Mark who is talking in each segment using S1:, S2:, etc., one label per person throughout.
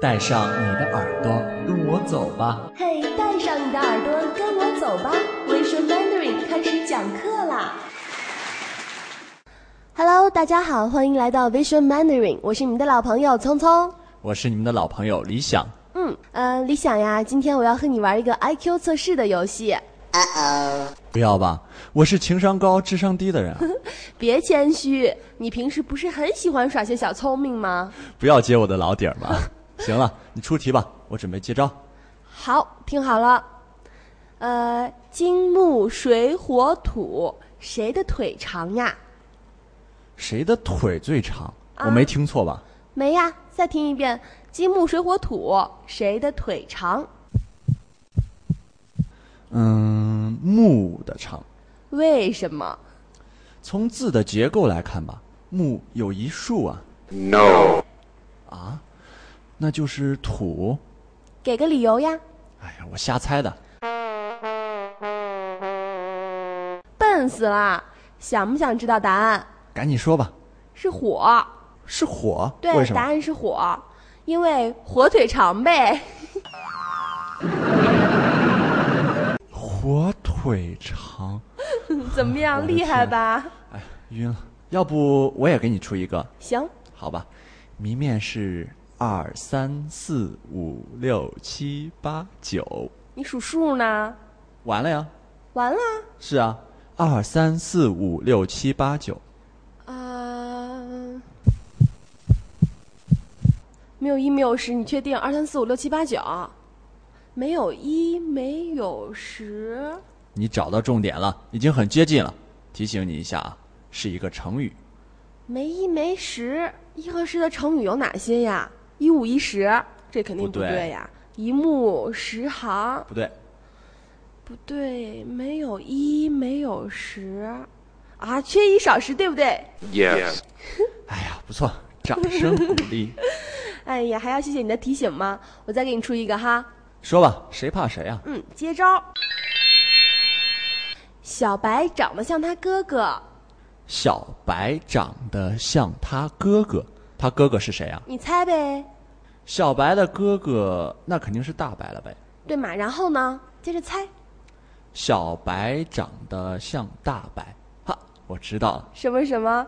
S1: 带上你的耳朵，跟我走吧。
S2: 嘿，带上你的耳朵，跟我走吧。微说 Mandarin 开始讲课啦！Hello，大家好，欢迎来到 Vision Mandarin，我是你们的老朋友聪聪。
S1: 我是你们的老朋友李想。
S2: 嗯，呃，李想呀，今天我要和你玩一个 IQ 测试的游戏。
S1: 不要吧，我是情商高、智商低的 人啊！
S2: 别谦虚，你平时不是很喜欢耍些小聪明吗？
S1: 不要揭我的老底儿嘛。行了，你出题吧，我准备接招。
S2: 好，听好了，呃，金木水火土，谁的腿长呀？
S1: 谁的腿最长？
S2: 啊
S1: 我没听错吧？
S2: 没呀，再听一遍，金木水火土，谁的腿长？
S1: 嗯，木的长。
S2: 为什么？
S1: 从字的结构来看吧，木有一竖啊。No。啊，那就是土。
S2: 给个理由呀！
S1: 哎呀，我瞎猜的。
S2: 笨死啦！想不想知道答案？
S1: 赶紧说吧，
S2: 是火，
S1: 是火？为
S2: 对，
S1: 什
S2: 答
S1: 么？
S2: 案是火，因为火腿肠呗。
S1: 火腿肠。
S2: 怎么
S1: 我
S2: 样，
S1: 的
S2: 厉害
S1: 天
S2: 吧？
S1: 哎，晕了。要不我也给你出一个，
S2: 行，
S1: 好吧？谜面是二三四五六七八九，
S2: 你数数呢？
S1: 完了呀？
S2: 完了
S1: 是啊，二三四五六七八九，
S2: 啊、呃没有一，没有十，你确定？二三四五六七八九，没有一，没有十，
S1: 你找到重点了，已经很接近了。提醒你一下啊，是一个成语。
S2: 没一没十，一和十的成语有哪些呀？一五一十，这肯定
S1: 不
S2: 不
S1: 对
S2: 对呀。一目十行，
S1: 不对，
S2: 不对，没有一，没有十，啊，缺一少十，对不对？
S3: Yes.
S1: 哎呀，不错，掌声鼓励。
S2: 哎呀，还要谢谢你的提醒吗？我再给你出一个哈。
S1: 说吧，谁怕谁啊？
S2: 嗯，接招。小白长得像他哥哥，
S1: 小白长得像他哥哥，他哥哥是谁啊？
S2: 你猜呗，
S1: 小白的哥哥，那肯定是大白了呗。
S2: 对嘛？然后呢？接着猜，
S1: 小白长得像大白，哈，我知道了，
S2: 什么什么？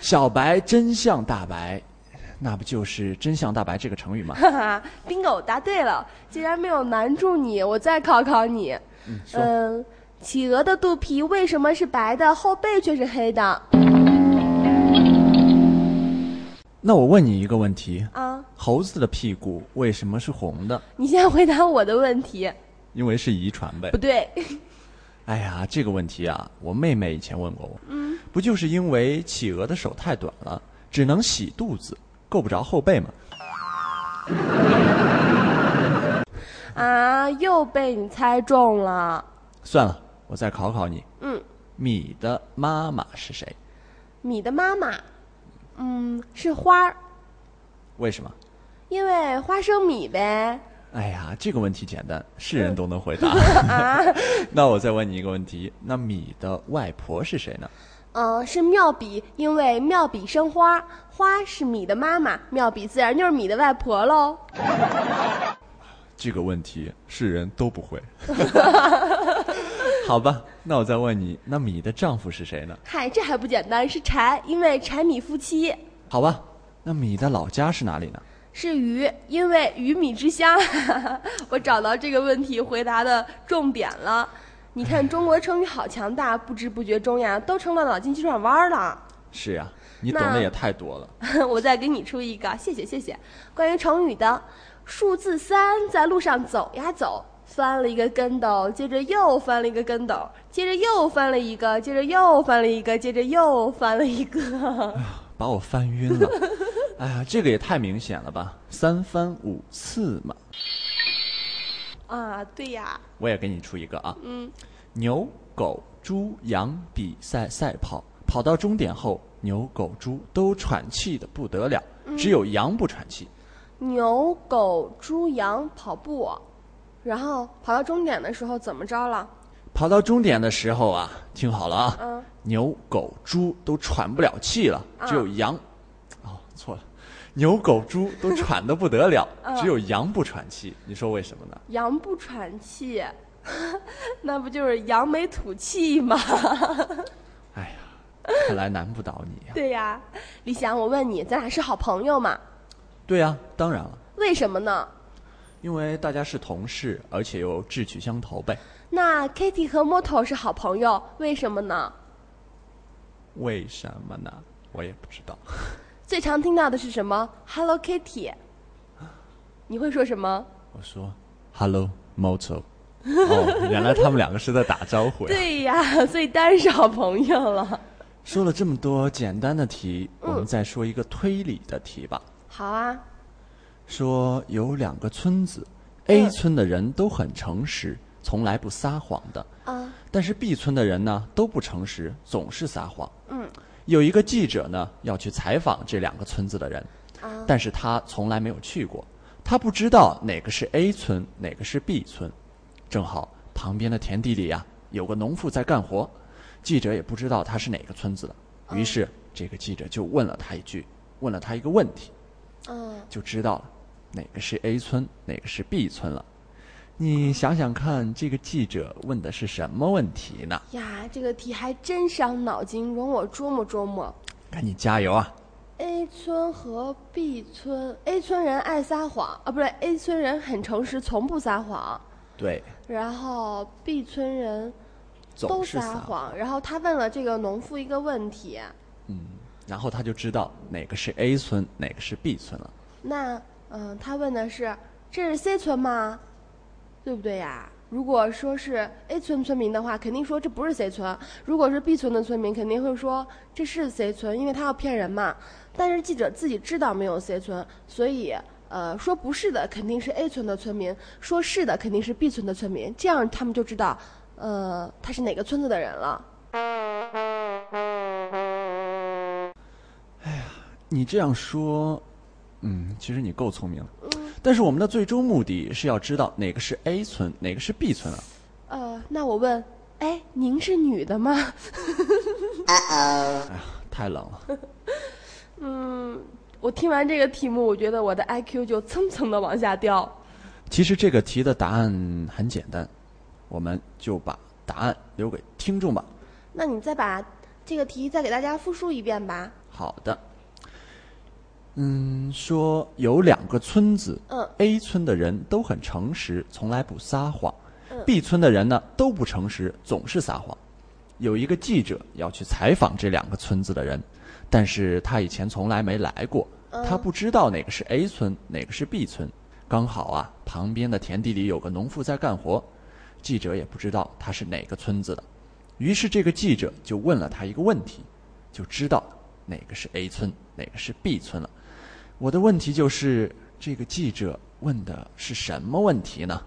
S1: 小白真像大白，那不就是“真像大白”这个成语吗？
S2: 哈哈，bingo，答啊对了。既然没有难住你，我再考考你。
S1: 嗯，说、
S2: 嗯、企鹅的肚皮为什么是白的，后背却是黑的？
S1: 那我问你一个问题：
S2: 啊，
S1: 猴子的屁股为什么是红的？
S2: 你先回答我的问题。
S1: 因为是遗传呗
S2: 不。对，
S1: 哎呀，这个问题啊，我妹妹以前问过我，嗯，不就是因为企鹅的手太短了，只能洗肚子，够不着后背吗？
S2: 啊，又被你猜中了。
S1: 算了，我再考考你，
S2: 嗯，
S1: 米的妈妈是谁？
S2: 米的妈妈，嗯，是花儿，
S1: 为什么？
S2: 因为花生米呗。
S1: 哎呀，这个问题简单，是人都能回答。那我再问你一个问题：那米的外婆是谁呢？
S2: 嗯，是妙笔，因为妙笔生花，花是米的妈妈，妙笔自然就是米的外婆喽。
S1: 这个问题是人都不会。好吧，那我再问你：那米的丈夫是谁呢？
S2: 嗨，这还不简单，是柴，因为柴米夫妻；
S1: 好吧，那米的老家是哪里呢？
S2: 是鱼，因为鱼米之乡。 我找到这个问题回答的重点了。你看，中国成语好强大，不知不觉中呀，都成了脑筋急转弯儿了。
S1: 是呀、你懂
S2: 那
S1: 得也太多了。
S2: 我再给你出一个，谢谢谢谢。关于成语的，数字三在路上走呀走，翻了一个跟斗，接着又翻了一个跟斗，接着又翻了一个，接着又翻了一个，接着又翻了一个。
S1: 把我翻晕了。哎呀，这个也太明显了吧！三番五次嘛，
S2: 啊，对呀，
S1: 我也给你出一个啊。
S2: 嗯，
S1: 牛、狗、猪、羊比赛赛跑，跑到终点后，牛、狗、猪都喘气的不得了，
S2: 嗯
S1: 只有羊不喘气。
S2: 牛、狗、猪、羊跑步，然后跑到终点的时候怎么着了？
S1: 跑到终点的时候啊，听好了啊，
S2: 嗯，
S1: 牛、狗、猪都喘不了气了，只有羊，哦，错了，牛狗猪都喘得不得了
S2: 嗯，
S1: 只有羊不喘气，你说为什么呢？
S2: 羊不喘气， 那不就是扬眉吐气吗？
S1: 哎呀，看来难不倒你啊呀、
S2: 对呀，李想，我问你，咱俩是好朋友吗？
S1: 对呀、当然了，
S2: 为什么呢？
S1: 因为大家是同事，而且又志趣相投呗。
S2: 那 Kitty 和 Moto 是好朋友，为什么呢？
S1: 为什么呢？我也不知道。
S2: 最常听到的是什么？Hello Kitty，你会说什么？
S1: 我说，Hello Moto。哦，原来他们两个是在打招呼呀。
S2: 对呀， 所以当然是好朋友了。
S1: 说了这么多简单的题，我们再说一个推理的题吧。
S2: 好啊，
S1: 说有两个村子
S2: 嗯
S1: ，A 村的人都很诚实，从来不撒谎的。
S2: 啊，
S1: 但是 B 村的人呢都不诚实，总是撒谎。
S2: 嗯，
S1: 有一个记者呢要去采访这两个村子的人，
S2: 啊
S1: 但是他从来没有去过，他不知道哪个是 A 村，哪个是 B 村。正好旁边的田地里呀、有个农妇在干活，记者也不知道他是哪个村子的，
S2: 嗯
S1: 于是这个记者就问了他一句，问了他一个问题，
S2: 嗯，
S1: 就知道了哪个是 A 村，哪个是 B 村了。你想想看，这个记者问的是什么问题呢？
S2: 呀，这个题还真伤脑筋，容我琢磨琢磨。
S1: 赶紧加油啊！
S2: A 村和 B 村，A 村人爱撒谎啊，不是 A 村人很诚实，从不撒谎。
S1: 对，
S2: 然后 B 村人都
S1: 总是撒谎。
S2: 谎，然后他问了这个农妇一个问题，
S1: 然后他就知道哪个是 A 村，哪个是 B 村了。
S2: 那嗯，他问的是这是 C 村吗？对不对呀？如果说是 A 村村民的话，肯定说这不是 C 村；如果是 B 村的村民，肯定会说这是 C 村，因为他要骗人嘛。但是记者自己知道没有 C 村，所以呃，说不是的肯定是 A 村的村民，说是的肯定是 B 村的村民，这样他们就知道呃他是哪个村子的人了。
S1: 你这样说，嗯，其实你够聪明了。但是我们的最终目的是要知道哪个是 A 村，哪个是 B 村啊。
S2: 呃，那我问，哎，您是女的吗？
S1: 哎呀，太冷了。
S2: 我听完这个题目，我觉得我的 IQ 就蹭蹭的往下掉。
S1: 其实这个题的答案很简单，我们就把答案留给听众吧。
S2: 那你再把这个题再给大家复述一遍吧。
S1: 好的。嗯，说有两个村子，
S2: 嗯
S1: a 村的人都很诚实，从来不撒谎、
S2: 嗯
S1: b 村的人呢都不诚实，总是撒谎。有一个记者要去采访这两个村子的人，但是他以前从来没来过，
S2: 嗯
S1: 他不知道哪个是 A 村，哪个是 B 村。刚好啊，旁边的田地里有个农妇在干活，记者也不知道他是哪个村子的，于是这个记者就问了他一个问题，就知道哪个是 A 村，哪个是 B 村了。我的问题就是，这个记者问的是什么问题呢？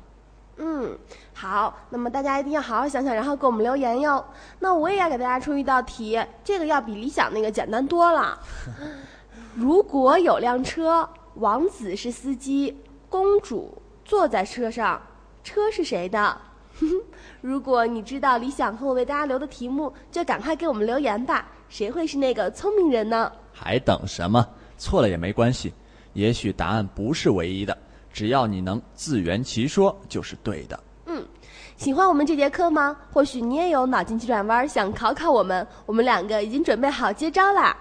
S2: 嗯，好，那么大家一定要好好想想，然后给我们留言哟。那我也要给大家出一道题，这个要比理想那个简单多了。如果有辆车，王子是司机，公主坐在车上，车是谁的？ 如果你知道理想和我为大家留的题目，就赶快给我们留言吧。谁会是那个聪明人呢？
S1: 还等什么？错了也没关系，也许答案不是唯一的，只要你能自圆其说就是对的。
S2: 喜欢我们这节课吗？或许你也有脑筋急转弯儿想考考我们，我们两个已经准备好接招啦，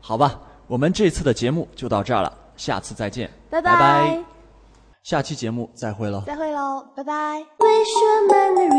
S1: 好吧，我们这次的节目就到这儿了，下次再见，
S2: 拜
S1: 拜，下期节目再会喽。
S2: 再会喽，拜拜。
S3: 为什么呢？